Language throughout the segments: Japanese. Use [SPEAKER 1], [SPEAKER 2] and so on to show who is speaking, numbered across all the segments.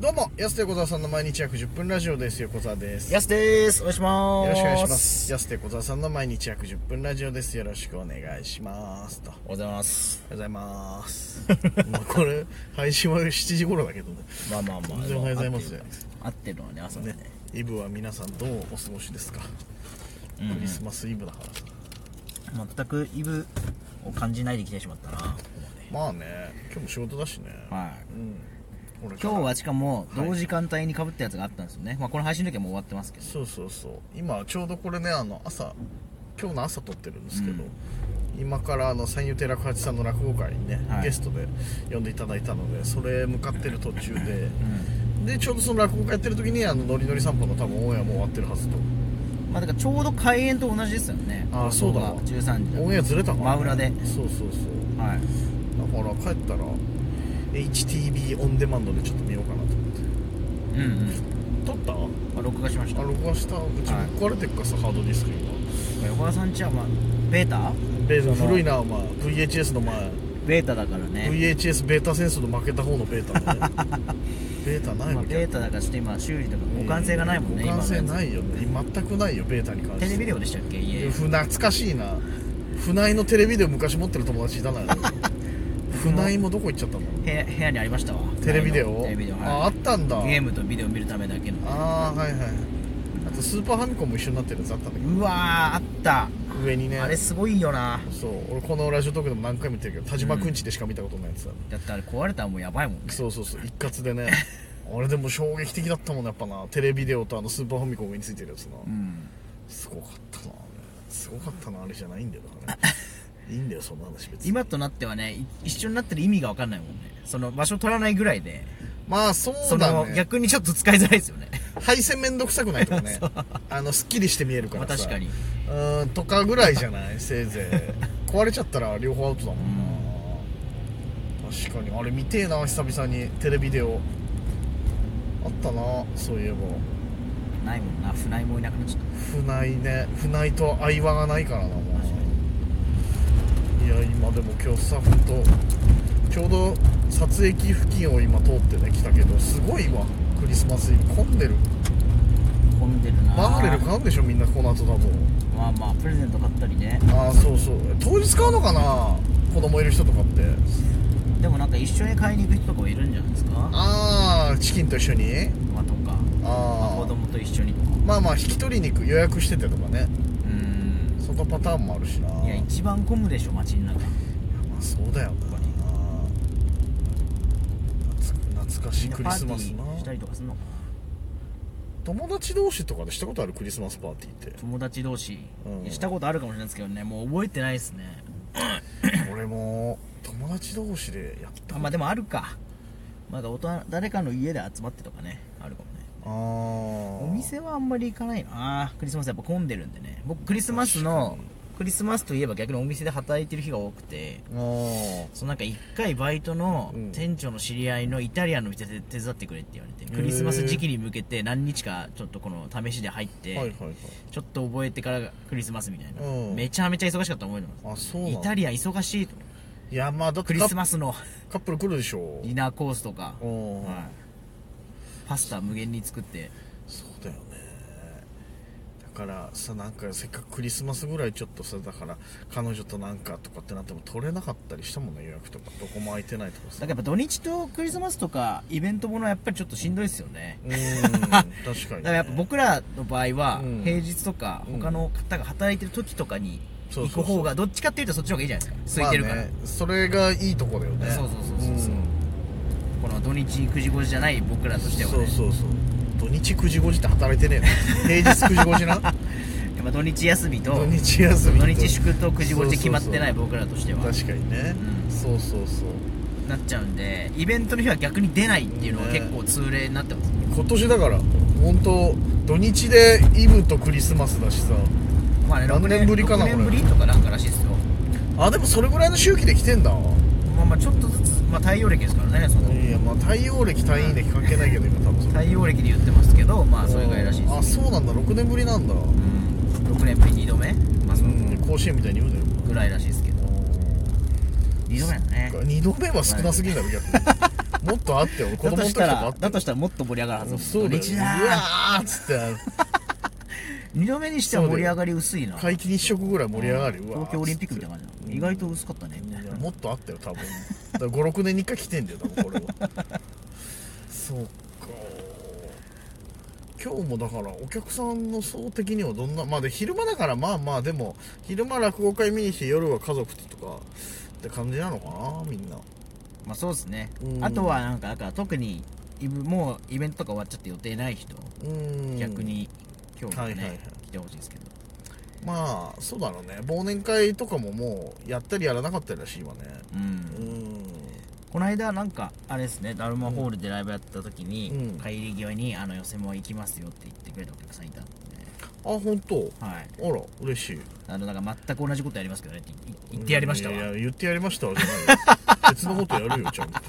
[SPEAKER 1] どうも、安手小沢さんの毎日約10分ラジオです。横澤です。よ
[SPEAKER 2] やすですお願いしま
[SPEAKER 1] ろ
[SPEAKER 2] す
[SPEAKER 1] しくお願いします。安手小沢さんの毎日約10分ラジオです。よろしくお願いします。と。おはよ
[SPEAKER 2] おはようございます
[SPEAKER 1] うござい ます。まあこれ、配信は7時頃だけどね。
[SPEAKER 2] まあまあまあ
[SPEAKER 1] 全然おはようございますよ
[SPEAKER 2] 合ってるわね朝ね
[SPEAKER 1] ね、イブは皆さんどうお過ごしですか、
[SPEAKER 2] うん
[SPEAKER 1] クリスマスイブだからさ。
[SPEAKER 2] 全くイブを感じないで来てしまったなここまで
[SPEAKER 1] まあね、今日も仕事だしね。
[SPEAKER 2] は
[SPEAKER 1] う
[SPEAKER 2] い
[SPEAKER 1] ん。俺から
[SPEAKER 2] 今日はしかも同時間帯にかぶったやつがあったんですよね、まあこの配信の時はもう終わってますけど
[SPEAKER 1] そうそうそう今ちょうどこれねあの朝今日の朝撮ってるんですけど、今からあの三遊亭楽八さんの落語会にね、
[SPEAKER 2] はい
[SPEAKER 1] ゲストで呼んでいただいたのでそれ向かってる途中で、でちょうどその落語会やってる時にあのノリノリ散歩の多分オンエアもう終わってるはずと
[SPEAKER 2] まあだからちょうど開演と同じですよね
[SPEAKER 1] ああそうだわ
[SPEAKER 2] ここが13時
[SPEAKER 1] オンエアずれたから、
[SPEAKER 2] 真裏で
[SPEAKER 1] そうそうそう
[SPEAKER 2] はい
[SPEAKER 1] だから帰ったら HTV オンデマンドでちょっと見ようかなと思って
[SPEAKER 2] うんうん
[SPEAKER 1] 撮ったあ
[SPEAKER 2] まあ録画しました
[SPEAKER 1] 録画したうち
[SPEAKER 2] はい
[SPEAKER 1] 壊れてっかさ、ハードディスク今
[SPEAKER 2] 横田さんちはまあベータ
[SPEAKER 1] ベー
[SPEAKER 2] その
[SPEAKER 1] 古いなお前 VHS の前
[SPEAKER 2] ベータだからね、
[SPEAKER 1] VHS ベータ戦争で負けた方のベータだね ベータない
[SPEAKER 2] ま
[SPEAKER 1] も
[SPEAKER 2] あ、
[SPEAKER 1] ん
[SPEAKER 2] ベータだからちょっと今修理とか互換性がないもんね、
[SPEAKER 1] 互換性
[SPEAKER 2] 今のや
[SPEAKER 1] ないよね全くないよベータに関
[SPEAKER 2] つ
[SPEAKER 1] して
[SPEAKER 2] テレビデオでしたっけ家
[SPEAKER 1] ふ懐かしいな船井のテレビデオ昔持ってる友達いた な船井もどこ行っちゃったの
[SPEAKER 2] 部屋部屋にありましたわ
[SPEAKER 1] テレビデオ
[SPEAKER 2] テレビデオ、
[SPEAKER 1] ああ
[SPEAKER 2] は
[SPEAKER 1] ったんだ
[SPEAKER 2] い、ゲームとビデオ見るためだけの
[SPEAKER 1] ああはいはいあとスーパーファミコンも一緒になってるやつあったんだけ
[SPEAKER 2] うわーあった、
[SPEAKER 1] ど上にね
[SPEAKER 2] あれすごいよな
[SPEAKER 1] そう俺このラジオトークでも何回も言ってるけど田島くんちでしか見たことないやつだ、
[SPEAKER 2] だってあれ壊れたらもうやばいもんね
[SPEAKER 1] そうそうそう一括で ねあれでも衝撃的だったもんねやっぱなテレビデオとあのスーパーファミコン上についてるやつな、
[SPEAKER 2] うん
[SPEAKER 1] すごかったなあれすごかったなあれじゃないんだよだから いいんだよそんな話別に
[SPEAKER 2] 今となってはねい一緒になってる意味が分かんないもんねその場所取らないぐらいで
[SPEAKER 1] まあそう
[SPEAKER 2] そ
[SPEAKER 1] だ
[SPEAKER 2] の
[SPEAKER 1] ね
[SPEAKER 2] 逆にちょっと使いづらいですよね
[SPEAKER 1] 配線めんどくさくないとか ねあのすっきりして見えるからさ
[SPEAKER 2] まあ確かに
[SPEAKER 1] うーんとかぐらいじゃないせいぜい 壊れちゃったら両方アウトだもんな確かにあれ見てえな久々にテレビデオあったなそういえば
[SPEAKER 2] ないもんな船井もいなくなっちゃっ
[SPEAKER 1] 船井ね船井と相場がないからなも
[SPEAKER 2] 確か
[SPEAKER 1] ういや今でも今日さほんとちょうど撮影機付近を今通ってね来たけどすごいわクリスマスイブ混んでる
[SPEAKER 2] た混んでるな
[SPEAKER 1] バーレル買うんでしょみんなこの後多分
[SPEAKER 2] まあまあプレゼント買ったりね
[SPEAKER 1] ああそうそう当日買うのかな子供いる人とかって
[SPEAKER 2] でもなんか一緒に買いに行く人とかもいるんじゃないですか
[SPEAKER 1] ああチキンと一緒に
[SPEAKER 2] まあとかまあ
[SPEAKER 1] あ
[SPEAKER 2] 子
[SPEAKER 1] あ
[SPEAKER 2] 供と一緒にとか
[SPEAKER 1] まあまあ引き取りに行く予約しててとかね
[SPEAKER 2] うん
[SPEAKER 1] そのパターンもあるしない
[SPEAKER 2] や一番混むでしょ街の中
[SPEAKER 1] まあそうだよな懐懐かしいクリスマス
[SPEAKER 2] みんな
[SPEAKER 1] な
[SPEAKER 2] パーティーしたりとかするのかな
[SPEAKER 1] 友達同士とかでしたことあるクリスマスパーティーっ
[SPEAKER 2] 友達同士、
[SPEAKER 1] うん
[SPEAKER 2] いやしたことあるかもしれないですけどねもう覚えてないですね
[SPEAKER 1] て俺も友達同士でやった
[SPEAKER 2] あまあでもあるかまだ大人誰かの家で集まってとかねあるかもね
[SPEAKER 1] あー
[SPEAKER 2] お店はあんまり行かないなクリスマスやっぱ混んでるんでね僕クリスマスの
[SPEAKER 1] 確か
[SPEAKER 2] クリスマスといえば逆にお店で働いてる日が多くて
[SPEAKER 1] あー
[SPEAKER 2] そのなんか一回バイトの
[SPEAKER 1] うん
[SPEAKER 2] 店長の知り合いのイタリアンの店で手伝ってくれって言われてクリスマス時期に向けて何日かちょっとこの試しで入って、
[SPEAKER 1] はいはいはい
[SPEAKER 2] ちょっと覚えてからがクリスマスみたいな、
[SPEAKER 1] うん
[SPEAKER 2] めちゃめちゃ忙しかった思いの
[SPEAKER 1] あそうなん
[SPEAKER 2] イ
[SPEAKER 1] だ
[SPEAKER 2] タリアン忙しいと
[SPEAKER 1] いやまあだって
[SPEAKER 2] クリスマスの
[SPEAKER 1] カップル来るでしょ
[SPEAKER 2] ディナーコースとか、
[SPEAKER 1] うん
[SPEAKER 2] はいパスタ無限に作って
[SPEAKER 1] そうだよねだからさなんかせっかくクリスマスぐらいちょっとさだから彼女となんかとかってなっても取れなかったりしたもんね予約とかどこも空いてないとか
[SPEAKER 2] だ
[SPEAKER 1] さ
[SPEAKER 2] からやっぱ土日とクリスマスとかイベントものはやっぱりちょっとしんどいですよね
[SPEAKER 1] うーん確かに、 ね、
[SPEAKER 2] だからやっぱ僕らの場合は、
[SPEAKER 1] うん
[SPEAKER 2] 平日とか
[SPEAKER 1] うん
[SPEAKER 2] 他の方が働いてる時とかに
[SPEAKER 1] そう
[SPEAKER 2] 行
[SPEAKER 1] そうそう
[SPEAKER 2] く方がどっちかっていうとそっちの方がいいじゃないですか空いてるから、
[SPEAKER 1] まあね、それがいいとこだよね
[SPEAKER 2] そうそうそうそうそうんこの土日9時5時じゃない僕らとしてはね
[SPEAKER 1] そうそうそう土日9時5時って働いてねえの平 日9時5時な
[SPEAKER 2] やっぱ土日休みと
[SPEAKER 1] 土日休み
[SPEAKER 2] 土
[SPEAKER 1] と
[SPEAKER 2] 日祝と9時5時決まってないい僕らとしては
[SPEAKER 1] 確かにね、
[SPEAKER 2] うん
[SPEAKER 1] そうそうそう
[SPEAKER 2] なっちゃうんでイベントの日は逆に出ないっていうのが
[SPEAKER 1] ね
[SPEAKER 2] 結構通例になってます、
[SPEAKER 1] 今年だから本当土日でイブとクリスマスだしさ
[SPEAKER 2] まあね
[SPEAKER 1] 何年ぶりかな
[SPEAKER 2] 6年
[SPEAKER 1] こ
[SPEAKER 2] ぶ
[SPEAKER 1] れ
[SPEAKER 2] りとかなんからしいですよ
[SPEAKER 1] あでもそれぐらいの周期で来てんだ
[SPEAKER 2] まあまあちょっとずつまあ太陽暦ですからねその
[SPEAKER 1] いやまあ太陽暦太陰暦関係ないけど今多分それ
[SPEAKER 2] 太陽暦で言ってますけどまあそれぐらいらしいです
[SPEAKER 1] あそうなんだ6年ぶりなんだう
[SPEAKER 2] うん6年ぶり2度目まあその
[SPEAKER 1] ん甲子園みたいに言うなよ
[SPEAKER 2] ぐらいらしいですけど2度目だね
[SPEAKER 1] 2度目は少なすぎんだろ逆にもっとあってよ子
[SPEAKER 2] だ
[SPEAKER 1] 供
[SPEAKER 2] と
[SPEAKER 1] の
[SPEAKER 2] し
[SPEAKER 1] 時と
[SPEAKER 2] た
[SPEAKER 1] からあ
[SPEAKER 2] ら
[SPEAKER 1] っ、た
[SPEAKER 2] だ
[SPEAKER 1] よ
[SPEAKER 2] としたらもっと盛り上がるはず
[SPEAKER 1] そうだよ
[SPEAKER 2] 土日
[SPEAKER 1] う
[SPEAKER 2] だ
[SPEAKER 1] わーっつって
[SPEAKER 2] 二度目にしては盛り上がり薄いな。
[SPEAKER 1] 皆既日食ぐらい盛り上がるようわーっつって
[SPEAKER 2] 東京オリンピックみたいな感じだ。意外と薄かったね、みたい
[SPEAKER 1] い
[SPEAKER 2] な
[SPEAKER 1] や。もっとあったよ多分56年に1回来てんだよ多分これはそうか今日もだからお客さんの層的にはどんなまあで昼間だからまあまあでも昼間落語会見に来て夜は家族とかって感じなのかなみんな
[SPEAKER 2] まあそうですね
[SPEAKER 1] う。ん
[SPEAKER 2] あとはなんか、だから特に、イブもうイベントとか終わっちゃって予定ない人、
[SPEAKER 1] うーん
[SPEAKER 2] 逆に今日も
[SPEAKER 1] はいはいはい
[SPEAKER 2] ね、来てほしいですけど。
[SPEAKER 1] まあそうだろうね忘年会とかももうやったりやらなかったりらしい今ね
[SPEAKER 2] う
[SPEAKER 1] うー
[SPEAKER 2] ん。
[SPEAKER 1] ん
[SPEAKER 2] この間なんか、あれですね、ダルマホールでライブやった時
[SPEAKER 1] う
[SPEAKER 2] に
[SPEAKER 1] ん、
[SPEAKER 2] 帰り際に、あの、寄せも行きますよって言ってくれたお客さんいたんで。
[SPEAKER 1] あ本当
[SPEAKER 2] はい。
[SPEAKER 1] あら嬉しい
[SPEAKER 2] あの、なんか全く同じことやりますけどねって言言ってやりましたわ
[SPEAKER 1] い。や言ってやりましたわじゃないよ別のことやるよちゃんと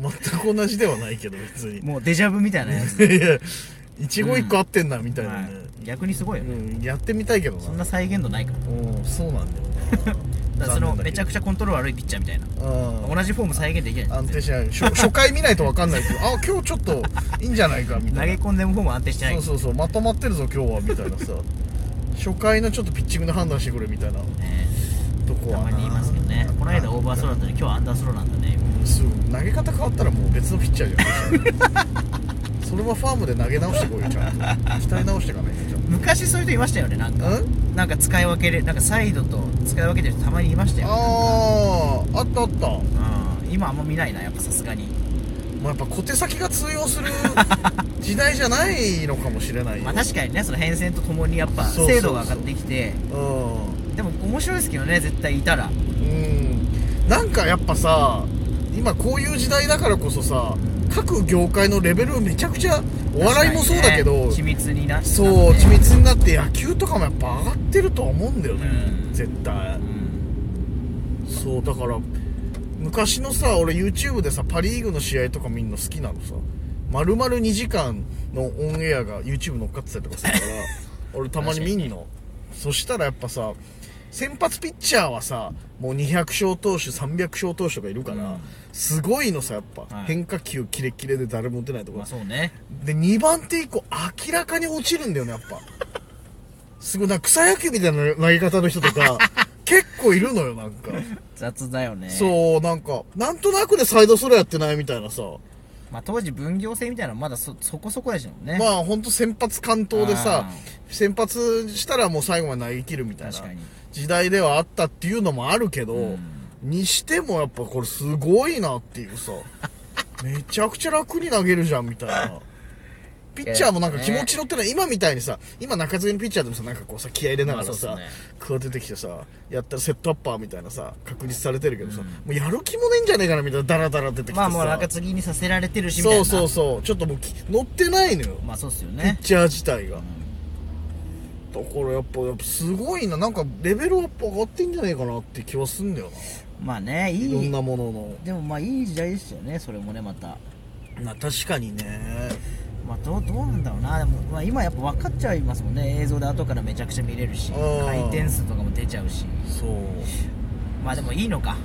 [SPEAKER 1] 全く同じではないけど別に
[SPEAKER 2] もうデジャブみたいなや つ。
[SPEAKER 1] いや一期一個合ってんなみたいな
[SPEAKER 2] は
[SPEAKER 1] ね、
[SPEAKER 2] い逆にすごいよね。
[SPEAKER 1] うん、やってみたいけどな
[SPEAKER 2] そんな再現度ないから。
[SPEAKER 1] うんそうなんだよ
[SPEAKER 2] だからそのめちゃく
[SPEAKER 1] ち
[SPEAKER 2] ちゃコントロール悪いピッチャーみたいな
[SPEAKER 1] ゃ、うん、
[SPEAKER 2] 同じフォーム再現できない
[SPEAKER 1] 安定しない初初回見ないと分かんないけどあ今日ちょっといいんじゃないかみ
[SPEAKER 2] 投
[SPEAKER 1] た
[SPEAKER 2] げ
[SPEAKER 1] いな
[SPEAKER 2] 込んでもフォーム安定してない
[SPEAKER 1] そうそうそうまとまってるぞ今日はみたいな さ初回のちょっとピッチングの判断してくれみたいな
[SPEAKER 2] ね
[SPEAKER 1] とこ
[SPEAKER 2] た
[SPEAKER 1] はな
[SPEAKER 2] まに言いますけどねこの間オーバースローだったのに今日はアンダースローなんだね
[SPEAKER 1] そう投げ方変わったらもう別のピッチャーじゃん それはファームで投げ直してこいよちゃんと鍛え直していかないとちゃん
[SPEAKER 2] 昔そういう人いましたよねなんかなんか使い分けるなんかサイドと使い分けてる人たまにいましたよね
[SPEAKER 1] あああったあった、ま
[SPEAKER 2] うん今あんま見ないなやっぱさすがに
[SPEAKER 1] あ、やっぱ小手先が通用する時代じゃないのかもしれないよ、
[SPEAKER 2] まあ確かにねその変遷とともにやっぱ
[SPEAKER 1] そうそうそう
[SPEAKER 2] 精度が上がってきて
[SPEAKER 1] う
[SPEAKER 2] でも面白いですけどね絶対いたら
[SPEAKER 1] んうんなんかやっぱさ今こういう時代だからこそさ各業界のレベルめちゃくちゃお笑いもそうだけど、
[SPEAKER 2] 確かにね緻密にな
[SPEAKER 1] そう
[SPEAKER 2] なって
[SPEAKER 1] 緻密になって野球とかもやっぱ上がってるとは思うんだよね、
[SPEAKER 2] うん
[SPEAKER 1] 絶対
[SPEAKER 2] うん
[SPEAKER 1] そうだから昔のさ俺 YouTube でさパ・リーグの試合とか見るの好きなのさ丸々2時間のオンエアが YouTube 乗っかってたりとかするから 俺たまに見んの、そしたらやっぱさ先発ピッチャーはさもう200勝投手300勝投手とかいるから、
[SPEAKER 2] うん
[SPEAKER 1] すごいのさやっぱ、
[SPEAKER 2] はい
[SPEAKER 1] 変化球キレッキレで誰も打てないとか、
[SPEAKER 2] まあそうね
[SPEAKER 1] で2番手以降明らかに落ちるんだよねやっぱすごいなんか草野球みたいな投げ方の人と か結構いるのよなんか
[SPEAKER 2] 雑だよね
[SPEAKER 1] そう、なんか、なんとなくでサイドスローやってないみたいなさ、
[SPEAKER 2] まあ、当時分業制みたいなのまだそそこそこでしたもんね
[SPEAKER 1] まあほんと先発完投でさ
[SPEAKER 2] あ、
[SPEAKER 1] 先発したらもう最後まで投げ切るみたいな
[SPEAKER 2] 確かに
[SPEAKER 1] 時代ではあったっていうのもあるけど、
[SPEAKER 2] うん
[SPEAKER 1] にしてもやっぱこれすごいなっていう さ、めちゃくちゃ楽に投げるじゃんみたいな。ピッチャーもなんか気持ち乗ってない、今みたいにさ、今中継ぎのピッチャーでもさ、なんかこうさ、気合い入れながらさ、
[SPEAKER 2] まあそうっすね
[SPEAKER 1] こう出てきてさ、やったらセットアッパーみたいなさ、確立されてるけどさ、もうやる気もねえんじゃねえかなみたいな、ダラダラ出てきてさ。
[SPEAKER 2] まあもう中継ぎにさせられてるしみたい
[SPEAKER 1] そ
[SPEAKER 2] な
[SPEAKER 1] うそうそうちょっともうき乗ってないのよ
[SPEAKER 2] まあそうっすよ
[SPEAKER 1] ピッ
[SPEAKER 2] ね
[SPEAKER 1] チャー自体が、だからやっぱやっぱすごいななんかレベルはやっぱ上がってんじゃねえかなって気はすんだよ
[SPEAKER 2] まあね
[SPEAKER 1] ない
[SPEAKER 2] い
[SPEAKER 1] ろんなものの
[SPEAKER 2] でもまあいい時代ですよねそれもねまた
[SPEAKER 1] まあ確かにね
[SPEAKER 2] まあどうどうなんだろうなでも、まあ、今やっぱ分かっちゃいますもんね映像で後からめちゃくちゃ見れるし
[SPEAKER 1] うん
[SPEAKER 2] 回転数とかも出ちゃうし
[SPEAKER 1] そう
[SPEAKER 2] まあでもいいのか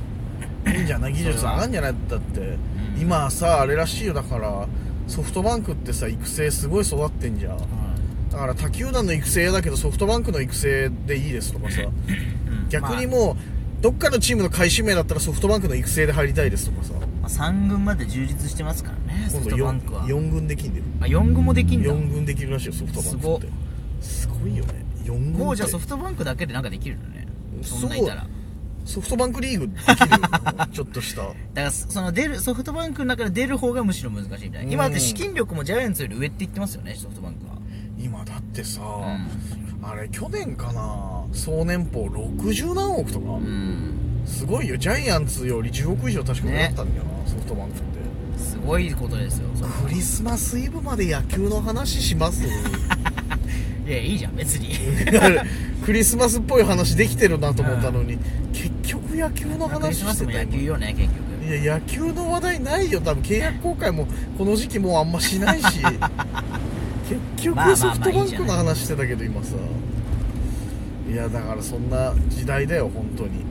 [SPEAKER 1] いいんじゃない技術上がんじゃないだって、
[SPEAKER 2] ん
[SPEAKER 1] 今さあれらしいよだからソフトバンクってさ育成すごい育ってんじゃんだから他球団の育成嫌だけどソフトバンクの育成でいいですとかさ
[SPEAKER 2] うん
[SPEAKER 1] 逆にもう、どっかのチームの開始名だったらソフトバンクの育成で入りたいですとかさ
[SPEAKER 2] まあ、3軍まで充実してますからねソ
[SPEAKER 1] 今
[SPEAKER 2] フ
[SPEAKER 1] 度
[SPEAKER 2] トバンクは
[SPEAKER 1] 4, 四軍できんでる
[SPEAKER 2] あ4軍もできんだ
[SPEAKER 1] 4軍できるらしいよソフトバンクってすごいよね4軍って
[SPEAKER 2] もうじゃあソフトバンクだけでなんかできるのねそんないたら
[SPEAKER 1] そうソフトバンクリーグできるよもうちょっとした
[SPEAKER 2] だからその出るソフトバンクの中で出る方がむしろ難しいみたいな今だって資金力もジャイアンツより上って言ってますよねソフトバンクは
[SPEAKER 1] 今だってさ、
[SPEAKER 2] う
[SPEAKER 1] あれ去年かな総年俸60何億とか、
[SPEAKER 2] うん
[SPEAKER 1] すごいよジャイアンツより10億以上確かにあったんだよな、ソフトバンクって
[SPEAKER 2] すごいことですよそれ
[SPEAKER 1] クリスマスイブまで野球の話し ます
[SPEAKER 2] いやいいじゃん別に
[SPEAKER 1] クリスマスっぽい話できてるなと思ったのに、結局野球の
[SPEAKER 2] クリ
[SPEAKER 1] 話
[SPEAKER 2] スマ
[SPEAKER 1] し
[SPEAKER 2] ス
[SPEAKER 1] て
[SPEAKER 2] も
[SPEAKER 1] た
[SPEAKER 2] 野
[SPEAKER 1] よ
[SPEAKER 2] 球よね結局
[SPEAKER 1] いや野球の話題ないよ多分契約更改もこの時期もうあんましない し結
[SPEAKER 2] まあまあまあ
[SPEAKER 1] 局ソフトバ
[SPEAKER 2] いい
[SPEAKER 1] ン
[SPEAKER 2] じ
[SPEAKER 1] ク
[SPEAKER 2] ゃ
[SPEAKER 1] の
[SPEAKER 2] ない
[SPEAKER 1] 話してたけど今さいやだからそんな時代だよ本当に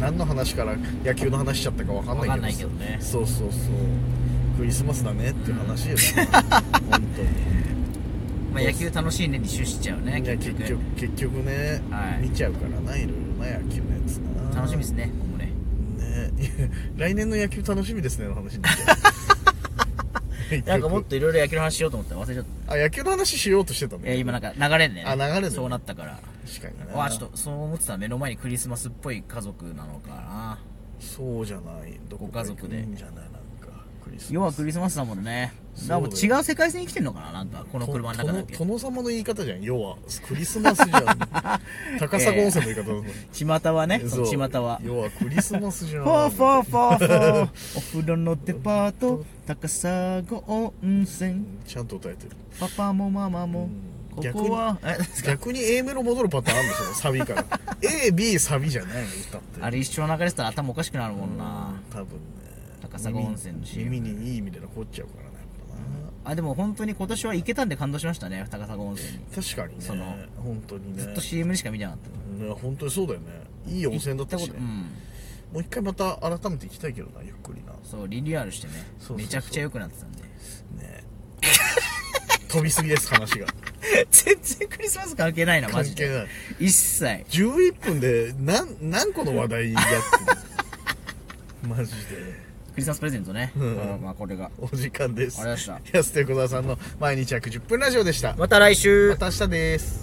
[SPEAKER 1] 何の話から野球の話しちゃったか分かんないけど
[SPEAKER 2] わかんないけどね
[SPEAKER 1] そうそうそうクリスマスだねっていう話よ、本当に
[SPEAKER 2] まあ、野球楽しいねに終始しちゃう ね
[SPEAKER 1] いや
[SPEAKER 2] 結
[SPEAKER 1] 結
[SPEAKER 2] 局
[SPEAKER 1] 局結局ね、
[SPEAKER 2] はい
[SPEAKER 1] 見ちゃうからないろいろな野球のやつな
[SPEAKER 2] 楽しみですね今後ね
[SPEAKER 1] ねいや来年の野球楽しみですねの話になっちゃう
[SPEAKER 2] なんかもっといろいろ野球の話しようと思ったら忘れちゃっ
[SPEAKER 1] あ野球の話しようとしてた
[SPEAKER 2] たいや
[SPEAKER 1] ね
[SPEAKER 2] 今なんか流れでね
[SPEAKER 1] あ流れでね
[SPEAKER 2] そうなったから
[SPEAKER 1] 確かにね
[SPEAKER 2] わあちょっとそう思ってたら目の前にクリスマスっぽい家族なのかな
[SPEAKER 1] そうじゃないどこか
[SPEAKER 2] ご家族で
[SPEAKER 1] 行くんじゃないなんかクリスマス
[SPEAKER 2] 要はクリスマスだもんね
[SPEAKER 1] そうだ
[SPEAKER 2] な
[SPEAKER 1] よ
[SPEAKER 2] んかもう違う世界線に来てんのかななんかこの
[SPEAKER 1] と
[SPEAKER 2] 車の中だけ
[SPEAKER 1] 殿殿様の言い方じゃん要はクリスマスじゃん 高砂温泉の言い方だ
[SPEAKER 2] 巷はね
[SPEAKER 1] と
[SPEAKER 2] そ
[SPEAKER 1] そ
[SPEAKER 2] の
[SPEAKER 1] う
[SPEAKER 2] 巷は
[SPEAKER 1] 要はクリスマスじゃん
[SPEAKER 2] フォーフォーフォーフォーお風呂のデパート高砂温泉
[SPEAKER 1] ちゃんと歌えてる
[SPEAKER 2] パパもママもこ
[SPEAKER 1] うん
[SPEAKER 2] こはえ
[SPEAKER 1] 逆に A メロ戻るパターンあるんですよサビから AB サビじゃないの歌って
[SPEAKER 2] あれ一生流れてたら頭おかしくなるもんな
[SPEAKER 1] 多分ね
[SPEAKER 2] 高砂温泉の CM
[SPEAKER 1] 耳にいい意味で残っちゃうからねやっ
[SPEAKER 2] あでも本当に今年は行けたんで感動しましたね高砂温泉に
[SPEAKER 1] ぱな確かにね
[SPEAKER 2] その
[SPEAKER 1] 本当にね
[SPEAKER 2] ずっと CM にしか見てなかった
[SPEAKER 1] ね本当にそうだよねいい温泉だったし、ね
[SPEAKER 2] 行ことうん
[SPEAKER 1] もう一回また改めて行きたいけどなゆっくりな
[SPEAKER 2] そうリニューアルしてね
[SPEAKER 1] そうそうそう
[SPEAKER 2] めちゃくちゃ良くなってたんで
[SPEAKER 1] ね 飛びすぎです話が
[SPEAKER 2] 全然クリスマス関係ないなマ
[SPEAKER 1] 関
[SPEAKER 2] ジ
[SPEAKER 1] 係
[SPEAKER 2] で
[SPEAKER 1] ない
[SPEAKER 2] 一切
[SPEAKER 1] 11分で何何個の話題やってるマジで
[SPEAKER 2] クリスマスプレゼントね、
[SPEAKER 1] うん
[SPEAKER 2] このまあこれが
[SPEAKER 1] お時間です
[SPEAKER 2] ありがとうございま
[SPEAKER 1] 安手小沢さんの毎日約10分ラジオでしたま
[SPEAKER 2] また来週
[SPEAKER 1] た明日です